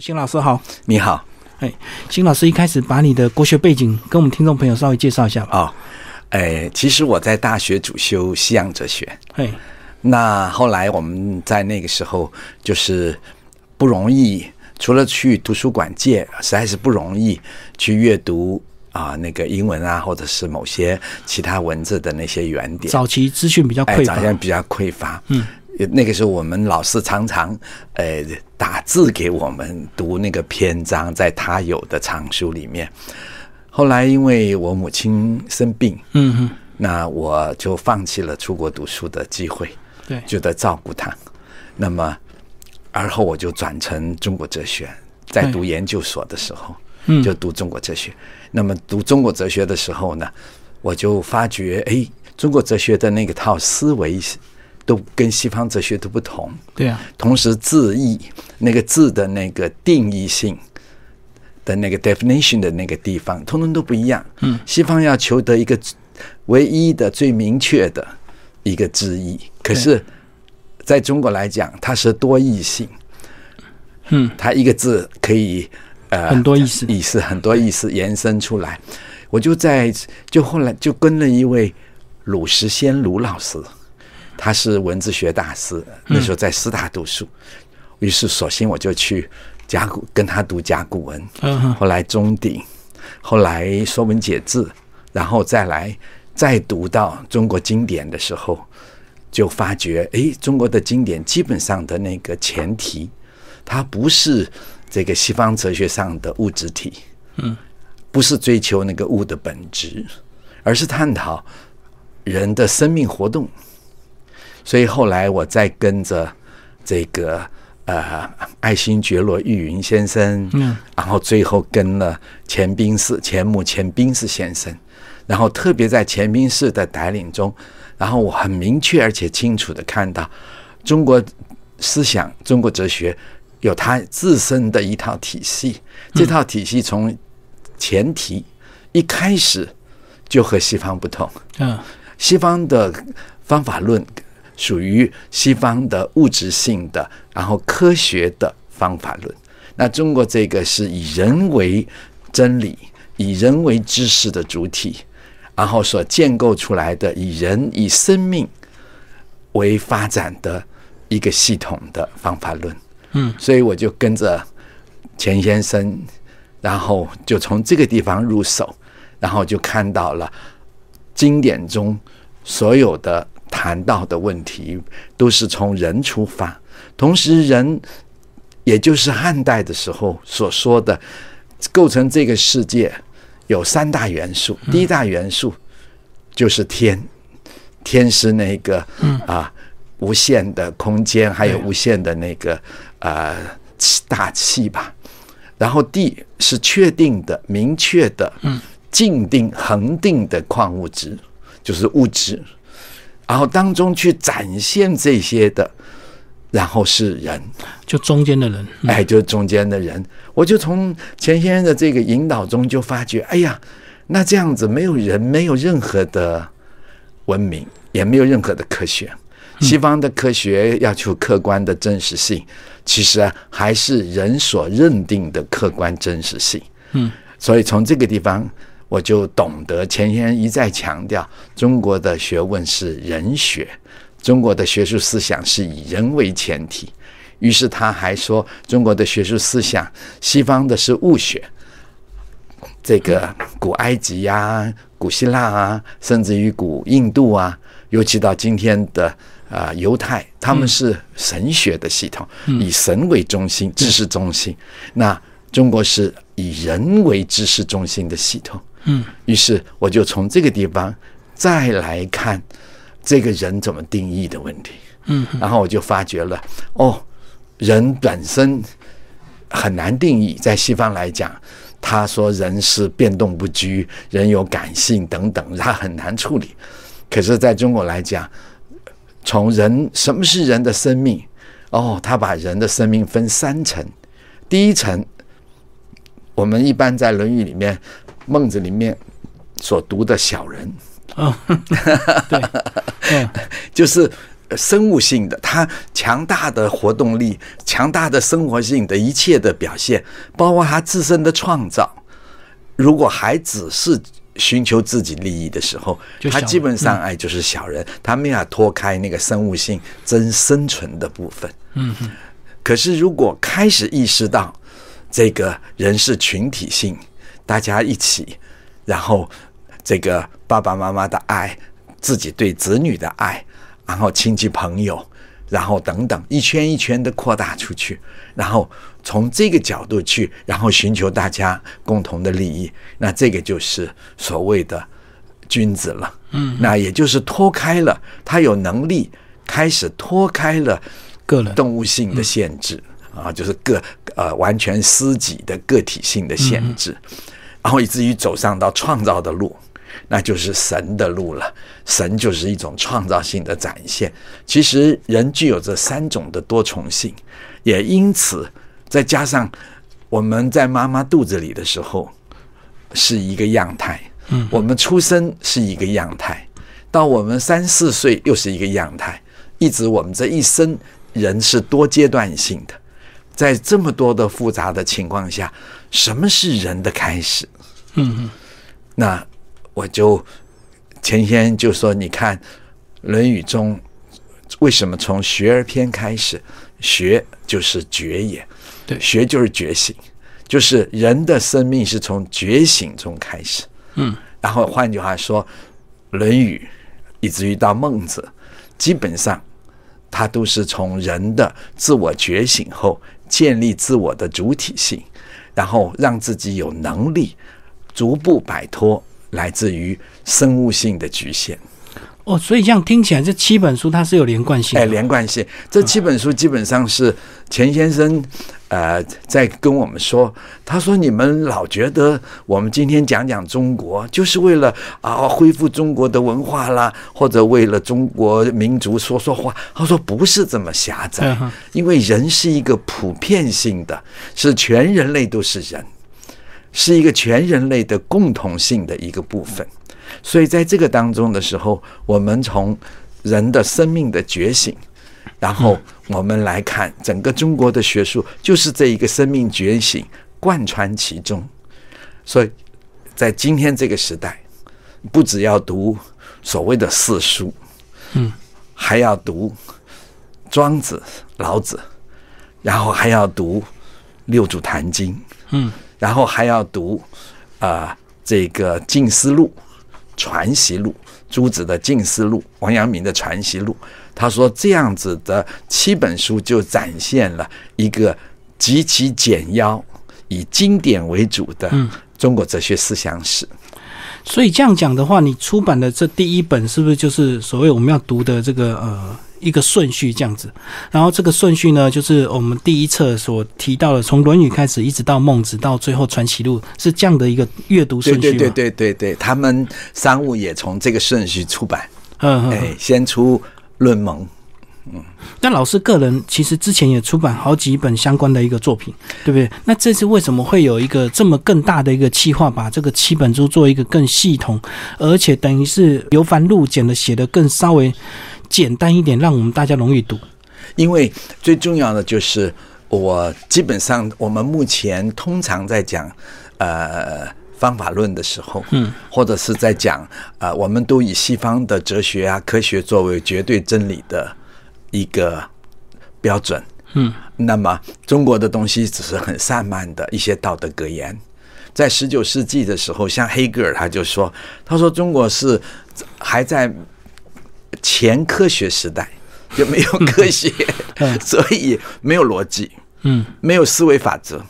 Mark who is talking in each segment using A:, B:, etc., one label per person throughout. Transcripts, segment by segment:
A: 邢老师好，
B: 你好
A: 邢老师一开始把你的国学背景跟我们听众朋友稍微介绍一下吧。
B: 哦，哎，其实我在大学主修西洋哲学，
A: 嘿，
B: 那后来我们在那个时候就是不容易，除了去图书馆借，实在是不容易去阅读啊、那个英文啊，或者是某些其他文字的那些原点。
A: 早期资讯比较匮
B: 哎，好
A: 乏，
B: 像比较匮乏。嗯，那个时候我们老师常常呃打字给我们读那个篇章，在他有的藏书里面。后来因为我母亲生病，
A: 嗯嗯，
B: 那我就放弃了出国读书的机会，
A: 对，
B: 觉得照顾她。那么，而后我就转成中国哲学，在读研究所的时候，
A: 嗯
B: 就读中国哲学。那么读中国哲学的时候呢，我就发觉，哎，中国哲学的那个套思维是都跟西方哲学都不同，
A: 对啊，
B: 同时字义那个字的那个定义性。的那个 definition 的那个地方，通通都不一样。嗯，西方要求得一个唯一的、最明确的一个字义，可是在中国来讲，它是多义性。
A: 嗯，
B: 它一个字可以呃
A: 很多意思
B: 意思很多意思延伸出来。我就在就后来就跟了一位鲁石先鲁老师，他是文字学大师，
A: 嗯
B: 那时候在师大读书，于是索性我就去甲骨跟他读甲骨文，
A: 嗯哼，
B: 后来中鼎，后来《说文解字》，然后再来再读到中国经典的时候，就发觉，诶，中国的经典基本上的那个前提，它不是这个西方哲学上的物质体，嗯，不是追求那个物的本质，而是探讨人的生命活动。所以后来我再跟着这个呃爱新觉罗玉云先生，
A: 嗯，
B: 然后最后跟了钱宾士、钱穆、钱宾士先生，然后特别在钱宾士的带领中，然后我很明确而且清楚的看到中国思想、中国哲学有它自身的一套体系，这套体系从前提一开始就和西方不同。
A: 嗯，
B: 西方的方法论属于西方的物质性的，然后科学的方法论。啊那中国这个是以人为真理，以人为知识的主体，然后所建构出来的以人以生命为发展的一个系统的方法论。
A: 嗯，
B: 所以我就跟着钱先生，然后就从这个地方入手，然后就看到了经典中所有的谈到的问题，都是从人出发，同时人，也就是汉代的时候所说的，构成这个世界有三大元素，第一大元素就是天，天是那个啊无限的空间，还有无限的那个呃气大气吧。然后地是确定的、明确的、静定、恒定的矿物质，就是物质。然后当中去展现这些的，然后是人，
A: 就中间的人，嗯
B: 哎，就是中间的人。我就从钱先生的这个引导中就发觉，哎呀，那这样子没有人，没有任何的文明，也没有任何的科学。西方的科学要求客观的真实性，其实啊还是人所认定的客观真实性。
A: 嗯，
B: 所以从这个地方，我就懂得钱先生一再强调，中国的学问是人学，中国的学术思想是以人为前提。于是他还说，中国的学术思想，西方的是物学，这个古埃及呀、古希腊啊，甚至于古印度啊，尤其到今天的啊、呃犹太，他们是神学的系统，以神为中心，知识中心。那中国是以人为知识中心的系统。
A: 嗯，
B: 于是我就从这个地方再来看这个人怎么定义的问题。
A: 嗯，
B: 然后我就发觉了，哦，人本身很难定义，在西方来讲。他说人是变动不居，人有感性等等，他很难处理。可是在中国来讲，从人什么是人的生命？哦，他把人的生命分三层，第一层，我们一般在《论语》里面、孟子里面所读的小人，
A: 嗯，对，嗯
B: 就是呃生物性的，它强大的活动力、强大的生活性的一切的表现，包括它自身的创造。如果还只是寻求自己利益的时候
A: 就，小
B: 他
A: 人嗯
B: 基本上爱就是小人，他没法脱开那个生物性真生存的部分。
A: 嗯，
B: 可是如果开始意识到这个人是群体性，大家一起，然后这个爸爸妈妈的爱，自己对子女的爱，然后亲戚朋友，然后等等，一圈一圈的扩大出去，然后从这个角度去，然后寻求大家共同的利益，那这个就是所谓的君子了。嗯，那也就是脱开了，他有能力开始脱开了。
A: 个人
B: 动物性的限制、啊，就是个呃完全私己的个体性的限制，然后以至于走上到创造的路，那就是神的路了。神就是一种创造性的展现。其实人具有这三种的多重性，也因此再加上我们在妈妈肚子里的时候是一个样态，嗯，我们出生是一个样态，到我们三四岁又是一个样态，一直我们这一生人是多阶段性的，在这么多的复杂的情况下，什么是人的开始？
A: 嗯
B: 那我就前先就说，你看《论语》中为什么从学而篇开始？学就是觉也，
A: 对
B: 学就是觉醒，就是人的生命是从觉醒中开始。
A: 嗯，
B: 然后换句话说，《论语》以至于到孟子，基本上它都是从人的自我觉醒后建立自我的主体性，然后让自己有能力逐步摆脱来自于生物性的局限。
A: 哦，所以这样听起来，这七本书它是有连贯性
B: 哎，
A: 的。
B: 连贯性，这七本书基本上是钱先生，呃，在跟我们说，他说你们老觉得我们今天讲讲中国，就是为了啊恢复中国的文化啦，或者为了中国民族说说话。他说不是这么狭窄
A: 嗯哼，
B: 因为人是一个普遍性的，是全人类都是人。是一个全人类的共同性的一个部分。所以在这个当中的时候，我们从人的生命的觉醒，然
A: 嗯
B: 后我们来看整个中国的学术，就是这一个生命觉醒贯穿其中。所以在今天这个时代，不只要读所谓的四书，
A: 嗯，
B: 还要读庄子、老子，然后还要读《六祖坛经》，
A: 嗯，
B: 然后还要读啊、呃这个《静思录》《传习录》，朱子的《静思录》，王阳明的《传习录》。他说这样子的七本书就展现了一个极其简要、以经典为主的
A: 嗯
B: 中国哲学思想史。
A: 所以这样讲的话，你出版的这第一本是不是就是所谓我们要读的这个呃一个顺序这样子？然后这个顺序呢，就是我们第一册所提到的，从《论语》开始，一直到孟子，到最后《传习录》，是这样的一个阅读顺
B: 对
A: 序吗？
B: 对对对对对，他们商务也从这个顺序出版，
A: 嗯，嗯嗯。
B: 哎，先出《论盟》。
A: 那老师个人其实之前也出版好几本相关的一个作品，对不对？那这次为什么会有一个这么更大的一个计划，把这个七本书做一个更系统，而且等于是由繁入简的写的更稍微简单一点，让我们大家容易读？
B: 因为最重要的就是我基本上我们目前通常在讲呃方法论的时候，嗯，或者是在讲呃我们都以西方的哲学啊科学作为绝对真理的一个标准，
A: 嗯，
B: 那么中国的东西只是很散漫的一些道德格言。在十九世纪的时候，像黑格尔他就说，他说中国是还在前科学时代，就没有科学， 所以没有逻辑，
A: 嗯，
B: 没有思维法则，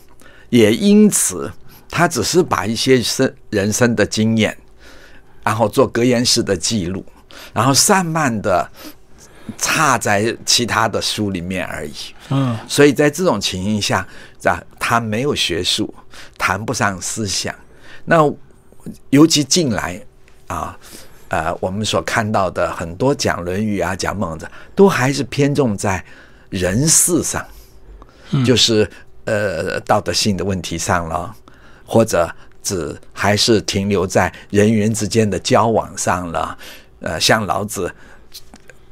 B: 也因此他只是把一些生人生的经验，然后做格言式的记录，然后散漫的插在其他的书里面而已。
A: 嗯，
B: 所以在这种情形下，啊，他没有学术，谈不上思想。那尤其近来啊，呃，我们所看到的很多讲《论语》啊、讲孟子，都还是偏重在人事上，
A: 嗯
B: 就是呃道德性的问题上了，或者只还是停留在人与人之间的交往上了。呃，像老子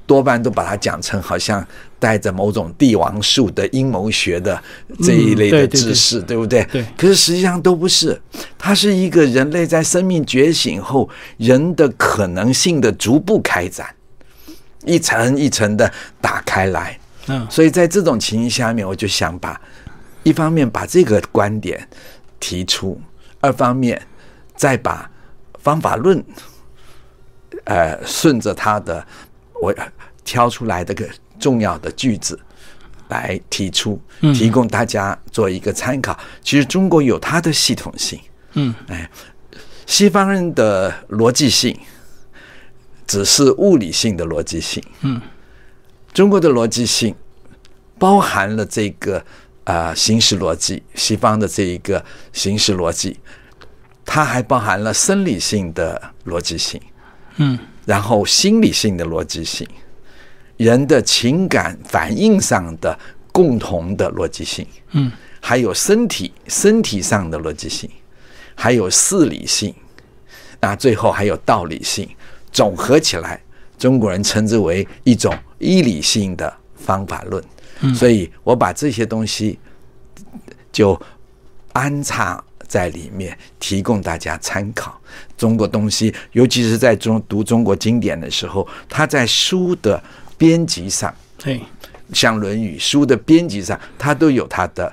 B: 多半都把它讲成好像带着某种帝王术的阴谋学的这一类
A: 嗯对对
B: 的
A: 对
B: 知识，对不对？
A: 对
B: 可是实际上都不是，它是一个人类在生命觉醒后人的可能性的逐步开展，一层一层的打开来。
A: 嗯
B: 所以在这种情形下面，我就想把一方面把这个观点提出，二方面再把方法论，呃，顺着他的我挑出来的个重要的句子来提出，
A: 嗯
B: 提供大家做一个参考。其实中国有它的系统性，
A: 嗯，
B: 哎，西方人的逻辑性只是物理性的逻辑性，
A: 嗯，
B: 中国的逻辑性包含了这个啊、呃形式逻辑，西方的这一个形式逻辑，它还包含了生理性的逻辑性，
A: 嗯，
B: 然后心理性的逻辑性，人的情感反应上的共同的逻辑性，
A: 嗯，
B: 还有身体身体上的逻辑性，还有事理性，那最后还有道理性，总合起来，中国人称之为一种医理性的方法论。所以我把这些东西就安插在里面，提供大家参考。中国东西，尤其是在中读中国经典的时候，它在书的编辑上，
A: 对，
B: 像《论语》书的编辑上，它都有它的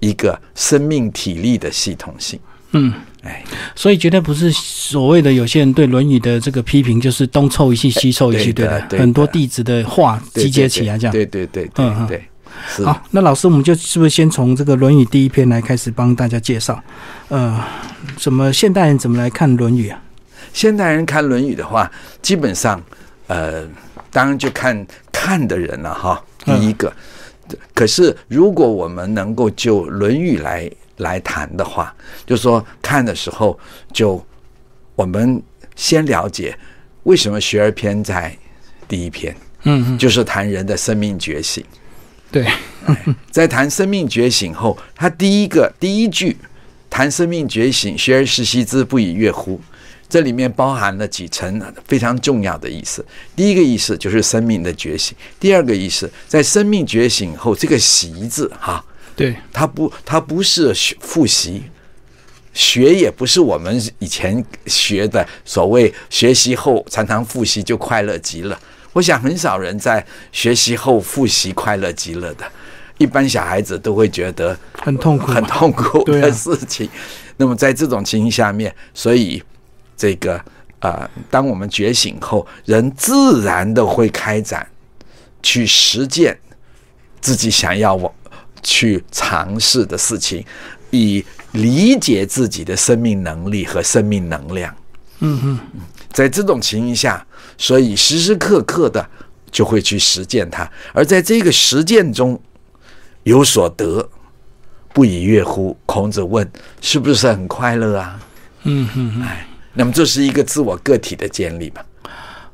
B: 一个生命体力的系统性。
A: 嗯，
B: 哎，
A: 所以绝对不是所谓的有些人对《论语》的这个批评，就是东凑一气西凑一气，
B: 哎对的
A: 的，
B: 对的
A: 很多弟子的话
B: 对
A: 集结起来这样。
B: 对对对
A: 嗯嗯
B: 对对，是
A: 好，那老师，我们就是不是先从这个《论语》第一篇来开始帮大家介绍？呃，怎么现代人怎么来看《论语》啊？
B: 现代人看《论语》的话，基本上，呃，当然就看看的人了哈。第
A: 嗯
B: 一个，可是如果我们能够就《论语来》来谈的话，就说看的时候就我们先了解为什么学而篇在第一篇，
A: 嗯嗯，
B: 就是谈人的生命觉醒。
A: 对，
B: 在谈生命觉醒后，他第一个第一句谈生命觉醒，学而时习之，不亦说乎？这里面包含了几层非常重要的意思。第一个意思就是生命的觉醒，第二个意思在生命觉醒后，这个“习”字哈、
A: 对，
B: 它不，它不是学复习，学也不是我们以前学的所谓学习后常常复习就快乐极了。我想很少人在学习后复习快乐极了的，一般小孩子都会觉得
A: 很痛苦嘛
B: 很痛苦
A: 对啊
B: 的事情。那么在这种情形下面，所以这个呃，当我们觉醒后，人自然的会开展去实践自己想要我去尝试的事情，以理解自己的生命能力和生命能量。
A: 嗯嗯，
B: 在这种情形下，所以时时刻刻的就会去实践它，而在这个实践中有所得，不亦乐乎？孔子问，是不是很快乐啊？
A: 嗯嗯嗯，
B: 那么这是一个自我个体的建立吧，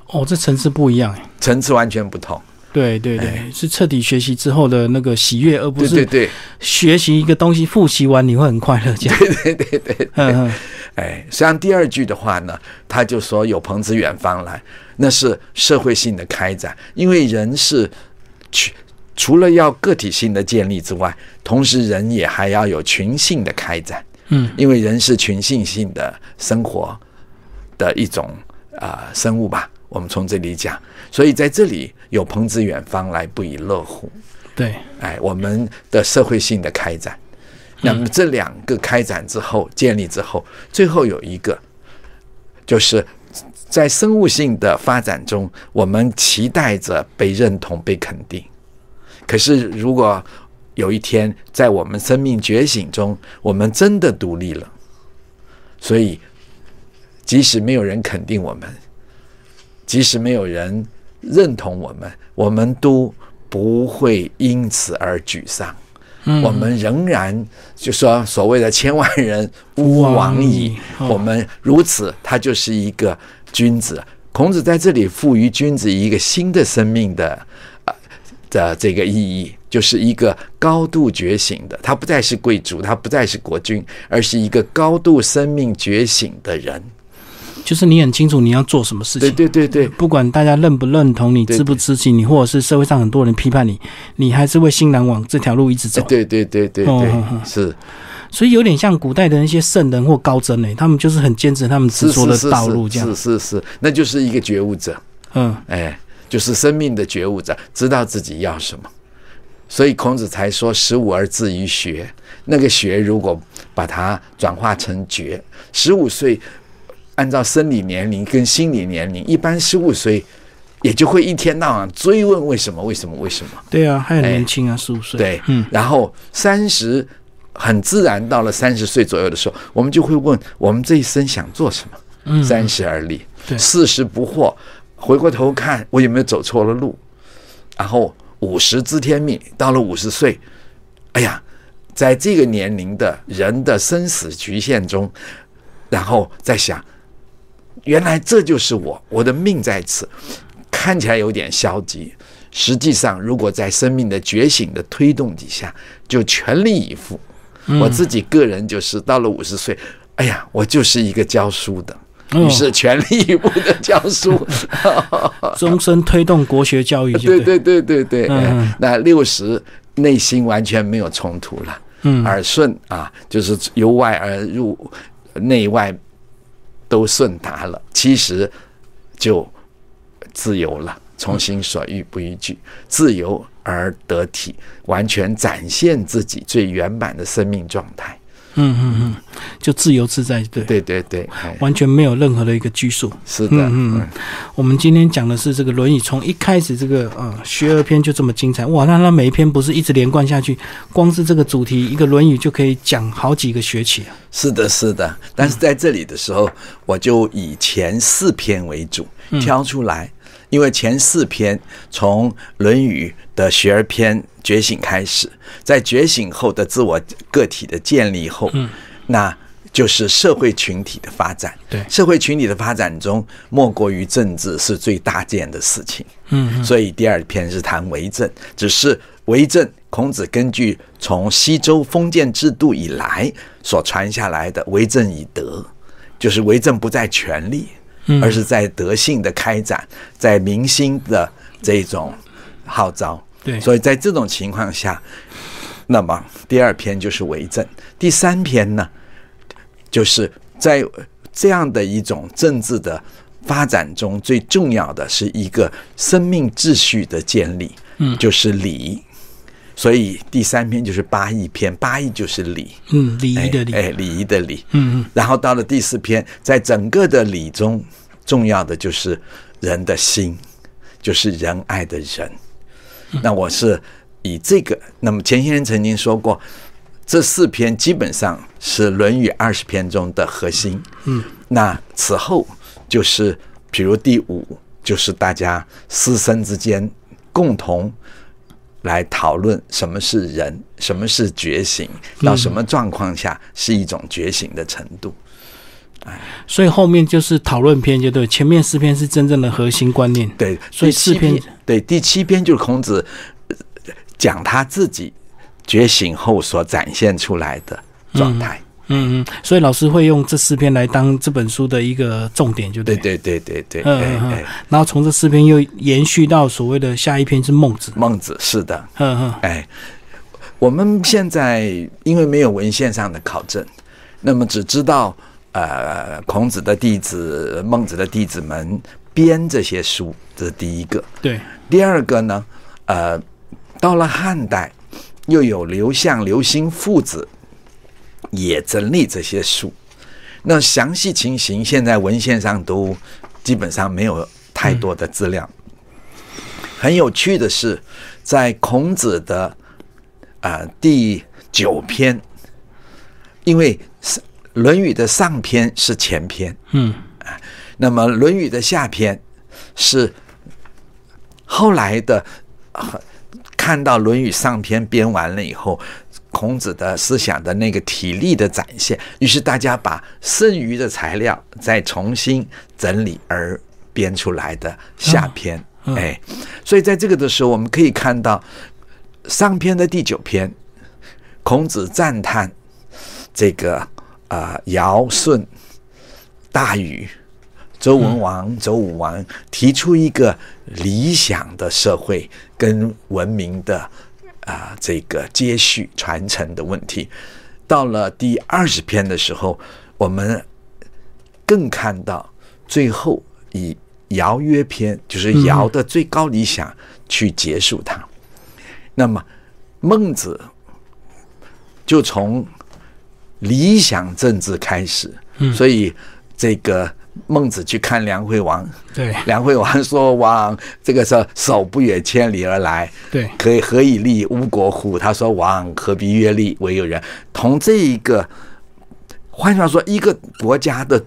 A: 哦，这层次不一样哎。
B: 层次完全不同。
A: 对对对，是彻底学习之后的那个喜悦，而不
B: 对哎对
A: 是
B: 对
A: 学习一个东西复习完你会很快乐这样。
B: 对对对对。
A: 嗯嗯，
B: 哎，实际上第二句的话呢，他就说有朋自远方来，那是社会性的开展，因为人是去。除了要个体性的建立之外，同时人也还要有群性的开展。
A: 嗯，
B: 因为人是群性性的生活的一种啊、呃生物吧，我们从这里讲。所以在这里有朋自远方来，不亦乐乎？
A: 对，
B: 哎，我们的社会性的开展。那么这两个开展之后，建立之后，最后有一个，就是在生物性的发展中，我们期待着被认同、被肯定。可是，如果有一天在我们生命觉醒中，我们真的独立了，所以即使没有人肯定我们，即使没有人认同我们，我们都不会因此而沮丧。
A: 嗯
B: 我们仍然就说所谓的“千万人吾往矣”，
A: 嗯
B: 我们如此，他就是一个君子。孔子在这里赋予君子一个新的生命的呃的这个意义，就是一个高度觉醒的，他不再是贵族，他不再是国君，而是一个高度生命觉醒的人。
A: 就是你很清楚你要做什么事
B: 对
A: 情。
B: 对对对，
A: 不管大家认不认同你、
B: 对
A: 支不支持你，或者是社会上很多人批判你，你还是会欣然往这条路一直走。
B: 对对对对
A: 哦哦
B: 对，是
A: 所以有点像古代的那些圣人或高僧嘞，他们就是很坚持他们执
B: 是
A: 着
B: 是
A: 的
B: 是
A: 道路，这样。
B: 是是是，那就是一个觉悟者，
A: 嗯，
B: 哎，就是生命的觉悟者，知道自己要什么。所以孔子才说“十五而志于学”，那个学如果把它转化成觉，十五岁按照生理年龄跟心理年龄，一般十五岁也就会一天到晚追问为什么为什么为什么，
A: 对啊，还很
B: 哎
A: 年轻啊，十五岁。
B: 对，
A: 嗯，
B: 然后三十很自然到了三十岁左右的时候，我们就会问我们这一生想做什么。
A: 嗯，
B: 三十而立
A: 对，
B: 四十不惑，回过头看我有没有走错了路，然后五十知天命，到了五十岁，哎呀，在这个年龄的人的生死局限中，然后再想，原来这就是我，我的命在此，看起来有点消极。实际上，如果在生命的觉醒的推动底下，就全力以赴。我自己个人就是到了五十岁，哎呀，我就是一个教书的，
A: 哦
B: 于是全力以赴的教书。
A: 终身推动国学教育就
B: 对
A: 对。
B: 对对对对，
A: 嗯
B: 哎
A: 嗯
B: 那六十内心完全没有冲突了，
A: 嗯
B: 耳顺啊，就是由外而入，内外都顺达了。七十就自由了，从心所欲不逾矩，自由而得体，完全展现自己最圆满的生命状态。
A: 嗯嗯嗯，就自由自在，对，
B: 对对对，哎
A: 完全没有任何的一个拘束。
B: 是的，
A: 嗯嗯嗯，我们今天讲的是这个轮椅，从一开始这个呃学而篇就这么精彩哇！那它每一篇不是一直连贯下去，光是这个主题一个轮椅就可以讲好几个学期啊。
B: 是的，是的。但是在这里的时候，我就以前四篇为主挑出来，因为前四篇从《论语》的学而篇觉醒开始，在觉醒后的自我个体的建立后，那就是社会群体的发展。
A: 对
B: 社会群体的发展中，莫过于政治是最大件的事情。嗯，所以第二篇是谈为政，只是为政，孔子根据从西周封建制度以来所传下来的为政以德，就是为政不在权力，而是在德性的开展，在民心的这种号召。
A: 对
B: 所以在这种情况下，那么第二篇就是为政，第三篇呢，就是在这样的一种政治的发展中，最重要的是一个生命秩序的建立，嗯，就是礼。所以第三篇就是八义篇，八义就是礼，
A: 嗯，礼仪的礼，
B: 哎，哎礼仪的礼，
A: 嗯嗯，
B: 然后到了第四篇，在整个的礼中，重要的就是人的心，就是仁爱的人。
A: 嗯
B: 那我是以这个，那么钱先生曾经说过，这四篇基本上是《论语》二十篇中的核心。嗯，那此后就是，比如第五，就是大家师生之间共同来讨论什么是人，什么是觉醒，到什么状况下是一种觉醒的程度。
A: 所以后面就是讨论篇，就对，前面四篇是真正的核心观念。
B: 对，
A: 所以
B: 第七
A: 四篇
B: 对第七篇就是孔子呃讲他自己觉醒后所展现出来的状态。
A: 嗯嗯，所以老师会用这四篇来当这本书的一个重点，就
B: 对
A: 对。
B: 对对对对，
A: 嗯
B: 哎
A: 嗯嗯
B: 哎，
A: 然后从这四篇又延续到所谓的下一篇是孟子。
B: 孟子是的，
A: 嗯嗯，
B: 哎，我们现在因为没有文献上的考证，那么只知道呃，孔子的弟子、孟子的弟子们编这些书，这是第一个。
A: 对，
B: 第二个呢，呃，到了汉代，又有刘向、刘歆父子也整理这些书。那详细情形，现在文献上都基本上没有太多的资料。很有趣的是，在孔子的啊、呃第九篇，因为上《论语》的上篇是前篇，啊
A: 嗯，
B: 那么《论语》的下篇是后来的、呃看到《论语》上篇编完了以后，孔子的思想的那个体力的展现，于是大家把剩余的材料再重新整理而编出来的下篇。哎，所以在这个的时候，我们可以看到上篇的第九篇，孔子赞叹这个啊、呃尧舜大禹周文王、周武王提出一个理想的社会跟文明的啊、这个接续传承的问题。到了第二十篇的时候，我们更看到最后以尧曰篇，就是尧的最高理想去结束它。那么，孟子就从理想政治开始，所以这个孟子去看梁惠王，
A: 对
B: 梁惠王说：“王，这个是手不远千里而来，
A: 对
B: 可以何以立吴国乎？”他说：“王，何必越力为有人？”同这一个，换句话说，一个国家的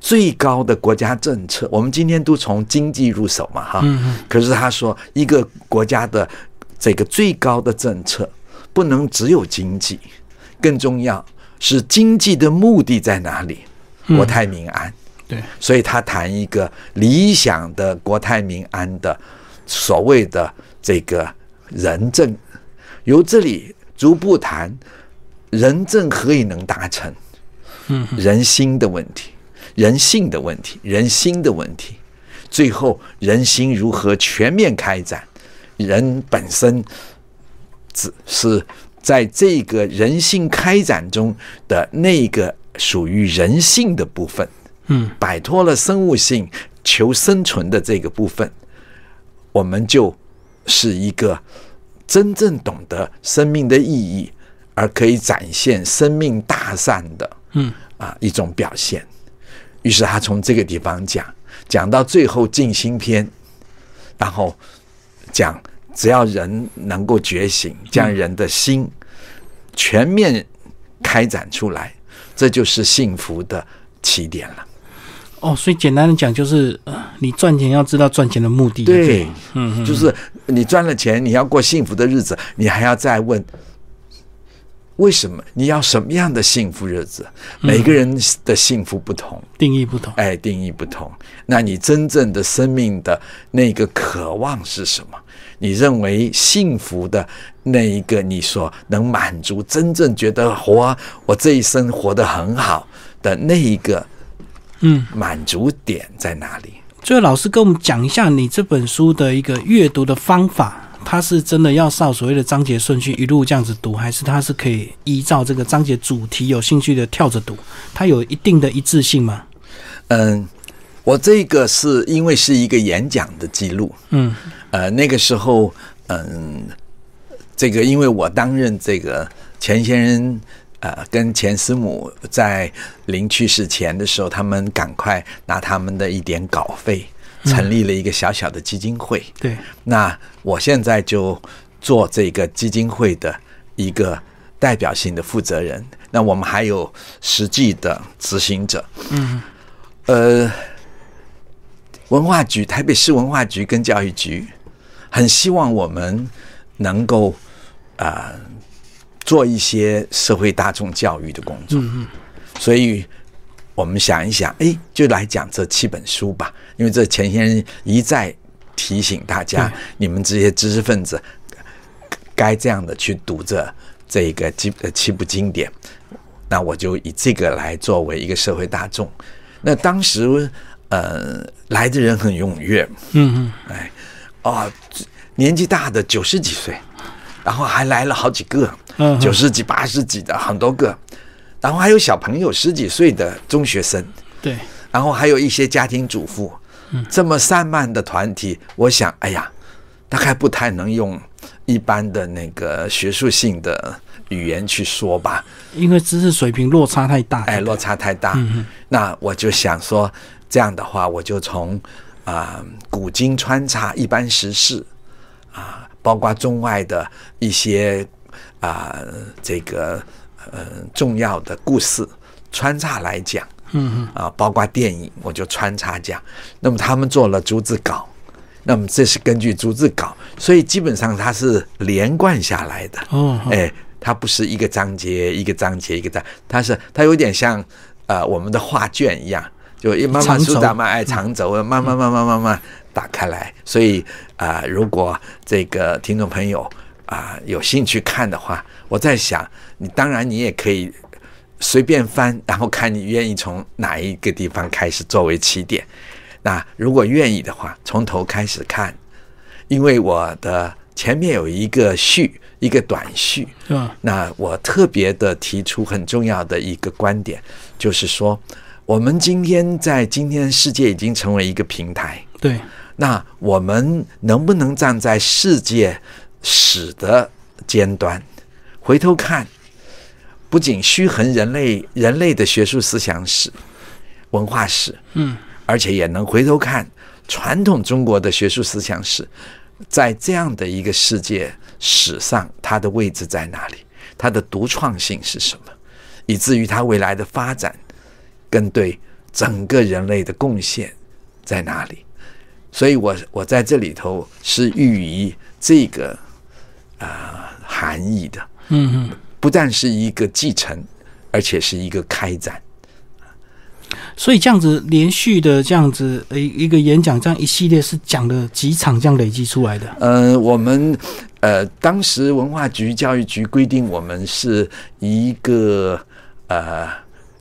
B: 最高的国家政策，我们今天都从经济入手嘛，哈。可是他说，一个国家的这个最高的政策，不能只有经济，更重要是经济的目的在哪里？国泰民安。
A: 对，
B: 所以他谈一个理想的国泰民安的所谓的这个仁政，由这里逐步谈仁政何以能达成，
A: 嗯，
B: 人心的问题、人性的问题、人心的问题，最后人心如何全面开展，人本身只是在这个人性开展中的那个属于人性的部分。
A: 嗯
B: 摆脱了生物性求生存的这个部分，我们就是一个真正懂得生命的意义，而可以展现生命大善的
A: 嗯
B: 啊一种表现。于是他从这个地方讲，讲到最后静心篇，然后讲只要人能够觉醒，将人的心全面开展出来，这就是幸福的起点了。
A: 哦，所以简单的讲就是，呃你赚钱要知道赚钱的目的。
B: 对，
A: 嗯，
B: 就是你赚了钱，你要过幸福的日子，你还要再问为什么？你要什么样的幸福日子？每个人的幸福不同，
A: 定义不同。
B: 哎，定义不同。那你真正的生命的那个渴望是什么？你认为幸福的那一个，你所能满足，真正觉得活我这一生活得很好的那一个
A: 嗯，
B: 满足点在哪里？
A: 最后老师跟我们讲一下你这本书的一个阅读的方法，它是真的要照所谓的章节顺序一路这样子读，还是它是可以依照这个章节主题有兴趣的跳着读？它有一定的一致性吗？
B: 嗯，我这个是因为是一个演讲的记录，
A: 嗯
B: 呃，那个时候，嗯，这个因为我担任这个钱先生，呃，跟钱师母在临去世前的时候，他们赶快拿他们的一点稿费，成立了一个小小的基金会。
A: 对，
B: 那我现在就做这个基金会的一个代表性的负责人。那我们还有实际的执行者。
A: 嗯，
B: 呃，文化局，台北市文化局跟教育局，很希望我们能够啊、呃做一些社会大众教育的工作。嗯嗯，所以我们想一想，哎，就来讲这七本书吧，因为这钱先生一再提醒大家，你们这些知识分子该这样的去读这这个七呃七部经典。那我就以这个来作为一个社会大众。那当时呃来的人很踊跃，
A: 嗯嗯，
B: 哎，哦，这年纪大的九十几岁，然后还来了好几个
A: 嗯，
B: 九十几、八十几的很多个，然后还有小朋友十几岁的中学生，
A: 对，
B: 然后还有一些家庭主妇，这么散漫的团体，我想，哎呀，大概不太能用一般的那个学术性的语言去说吧，
A: 因为知识水平落差太大。
B: 哎，落差太大。
A: 嗯
B: 那我就想说，这样的话，我就从啊、古今穿插一般时事啊、包括中外的一些啊、这个呃重要的故事穿插来讲。
A: 嗯
B: 啊，包括电影，我就穿插讲。那么他们做了逐字稿，那么这是根据逐字稿，所以基本上它是连贯下来的。
A: 嗯，哦，
B: 哎，它不是一个章节一个章节一个章，它是它有点像呃我们的画卷一样，就一慢慢
A: 长
B: 苏
A: 轴嗯
B: 打慢哎长轴，慢慢慢慢慢慢打开来。所以啊、呃如果这个听众朋友啊、有兴趣看的话，我在想，你当然你也可以随便翻，然后看你愿意从哪一个地方开始作为起点。那如果愿意的话，从头开始看，因为我的前面有一个序，一个短序。
A: 是吧？
B: 那我特别的提出很重要的一个观点，就是说，我们今天在今天世界已经成为一个平台，
A: 对，
B: 那我们能不能站在世界史的尖端，回头看，不仅虚衡人类人类的学术思想史、文化史，
A: 嗯，
B: 而且也能回头看传统中国的学术思想史，在这样的一个世界史上，它的位置在哪里？它的独创性是什么？以至于它未来的发展，跟对整个人类的贡献在哪里？所以我我在这里头是寓意这个啊、含义的，
A: 嗯嗯。
B: 不但是一个继承，而且是一个开展。嗯
A: 所以这样子连续的这样子呃一一个演讲，这样一系列是讲了几场这样累积出来的。
B: 呃，我们呃，当时文化局、教育局规定我们是一个呃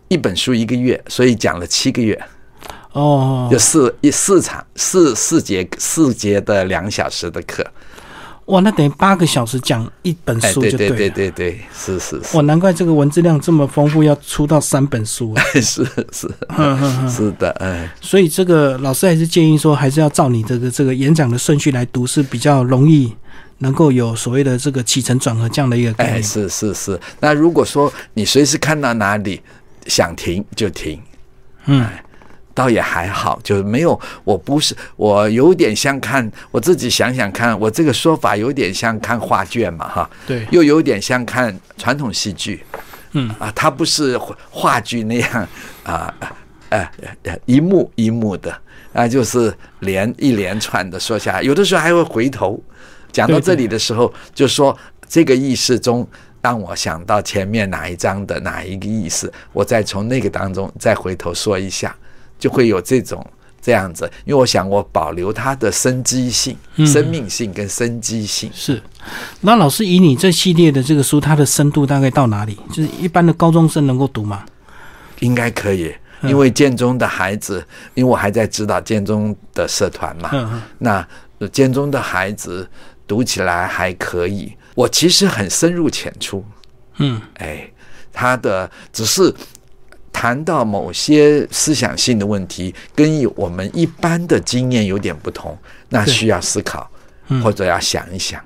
B: 一本书一个月，所以讲了七个月，
A: 哦
B: 就，四一四场四四节四节的两小时的课。
A: 哇，那等于八个小时讲一本
B: 哎，
A: 书
B: 对
A: 就
B: 对
A: 了。
B: 对对对，是是是
A: 哇，难怪这个文字量这么丰富，要出到三本书 啊！
B: 是是
A: 哼哼哼
B: 是的，嗯。
A: 所以这个老师还是建议说，还是要照你这个这个演讲的顺序来读，是比较容易能够有所谓的这个起承转合这样的一个概
B: 哎，
A: 念。
B: 是是是。那如果说你随时看到哪里想停就停，哎
A: 嗯，
B: 倒也还好，就是没有。我不是我有点像看我自己想想看，我这个说法有点像看画卷嘛，哈，
A: 对，
B: 又有点像看传统戏剧。
A: 嗯
B: 啊，它不是话话剧那样啊，呃呃一幕一幕的啊，就是连一连串的说下来，有的时候还会回头。讲到
A: 对对
B: 这里的时候，就说这个意识中让我想到前面哪一章的哪一个意思，我再从那个当中再回头说一下，就会有这种这样子。因为我想我保留它的生机性、生命性跟生机性。
A: 是。那老师以你这系列的这个书，它的深度大概到哪里？就是一般的高中生能够读吗？
B: 应该可以，
A: 嗯
B: 因为建中的孩子，因为我还在指导建中的社团嘛，
A: 嗯嗯
B: 那呃建中的孩子读起来还可以。我其实很深入浅出，
A: 嗯，
B: 哎，他的只是谈到某些思想性的问题，跟以我们一般的经验有点不同，那
A: 对
B: 需要思考
A: 嗯
B: 或者要想一想。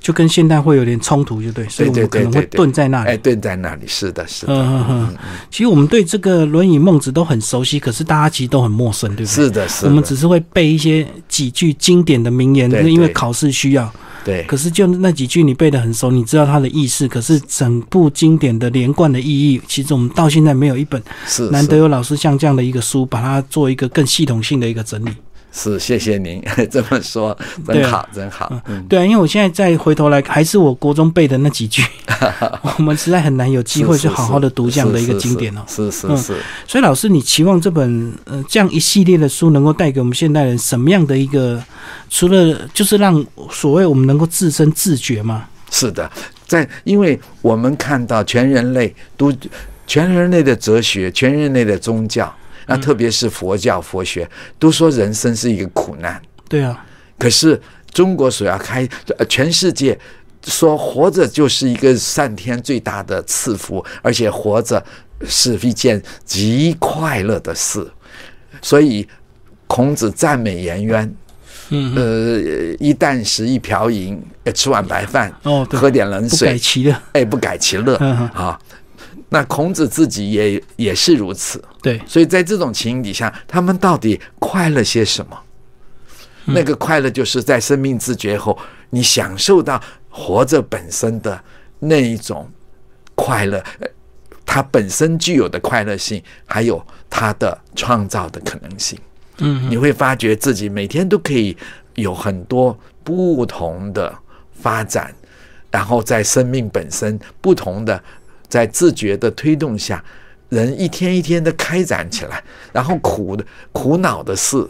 A: 就跟现代会有点冲突，就对，所以我
B: 对
A: 们
B: 对
A: 可能会
B: 对对
A: 顿在那里。
B: 哎，对，在那里是的，是的。
A: 嗯嗯嗯，其实我们对这个《论语》《孟子》都很熟悉，可是大家其实都很陌生，对不对？
B: 是的，是
A: 嗯
B: 的，
A: 我们只是会背一些几句经典的名言，
B: 对
A: 就是因为
B: 对
A: 考试需要。
B: 对
A: 可是就那几句你背得很熟，你知道它的意思，可是整部经典的连贯的意义，其实我们到现在没有一本
B: 是
A: 难
B: 是
A: 得有老师像这样的一个书，把它做一个更系统性的一个整理。
B: 是，谢谢您 这么说，
A: 对
B: 真
A: 啊
B: 好，真好。嗯，
A: 对啊，因为我现在再回头来，还是我国中背的那 几句，我们实在很难有机会
B: 是
A: 去
B: 是
A: 好好的
B: 是
A: 读这样的
B: 是
A: 一个
B: 是
A: 经典哦。
B: 是是
A: 嗯
B: 是是，
A: 所以老师，你期望这本呃这样一系列的书能够带给我们现代人什么样的一个？除了就是让所谓我们能够自身自觉嘛，
B: 是的，在因为我们看到全人类都，全人类的哲学，全人类的宗教，
A: 嗯
B: 那特别是佛教、佛学，都说人生是一个苦难。
A: 对啊，
B: 可是中国所要开，呃全世界说活着就是一个上天最大的赐福，而且活着是一件极快乐的事。所以，孔子赞美颜渊，
A: 嗯，
B: 呃，一箪食，一瓢饮，呃吃碗白饭，
A: 哦对，
B: 喝点冷
A: 不改
B: 水，
A: 其的，
B: 哎，不改其乐
A: 嗯嗯
B: 啊。那孔子自己也也是如此，
A: 对，
B: 所以在这种情形底下，他们到底快乐些什么？那个快乐就是在生命自觉后，你享受到活着本身的那一种快乐，呃它本身具有的快乐性，还有它的创造的可能性。
A: 嗯，
B: 你会发觉自己每天都可以有很多不同的发展，然后在生命本身不同的，在自觉的推动下，人一天一天的开展起来，然后苦的苦恼的事、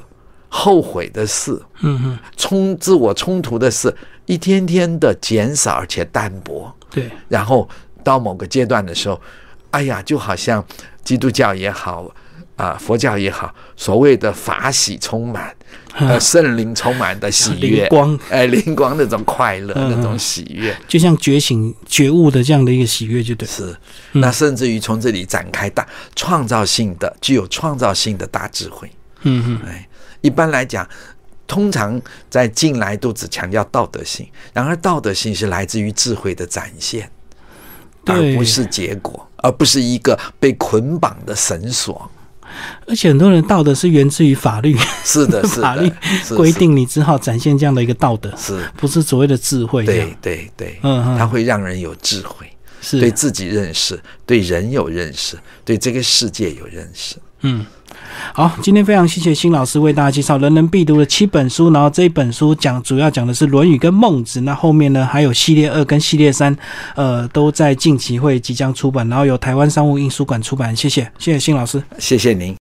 B: 后悔的事、
A: 嗯嗯，
B: 冲自我冲突的事，一天天的减少而且淡薄，
A: 对，
B: 然后到某个阶段的时候。哎呀，就好像基督教也好啊、佛教也好，所谓的法喜充满，呃，圣灵充满的喜
A: 灵
B: 悦，
A: 光，
B: 哎、灵光那种快乐，
A: 嗯嗯
B: 那种喜悦，
A: 就像觉醒、觉悟的这样的一个喜悦，就对。
B: 是，
A: 嗯
B: 那甚至于从这里展开大创造性的、具有创造性的大智慧。
A: 嗯嗯，
B: 哎，一般来讲，通常在近来都只强调道德性，然而道德性是来自于智慧的展现，而
A: 对
B: 不是结果，而不是一个被捆绑的绳索。
A: 而且很多人道德是源自于法律
B: 是的， 是
A: 法律
B: 的，是
A: 规，定，你只好展现这样的一个道德，
B: 是是，
A: 不是所谓的智慧。这样
B: 对，对对，
A: 嗯
B: 它
A: 嗯，
B: 会让人有智慧，对
A: 是，啊
B: 自己认识，对人有认识，对这个世界有认识。
A: 嗯。好，今天非常谢谢辛老师为大家介绍人人必读的七本书，然后这一本书讲主要讲的是《论语》跟《孟子》，那后面呢还有系列二跟系列三，呃，都在近期会即将出版，然后由台湾商务印书馆出版。谢谢，谢谢辛老师。
B: 谢谢您。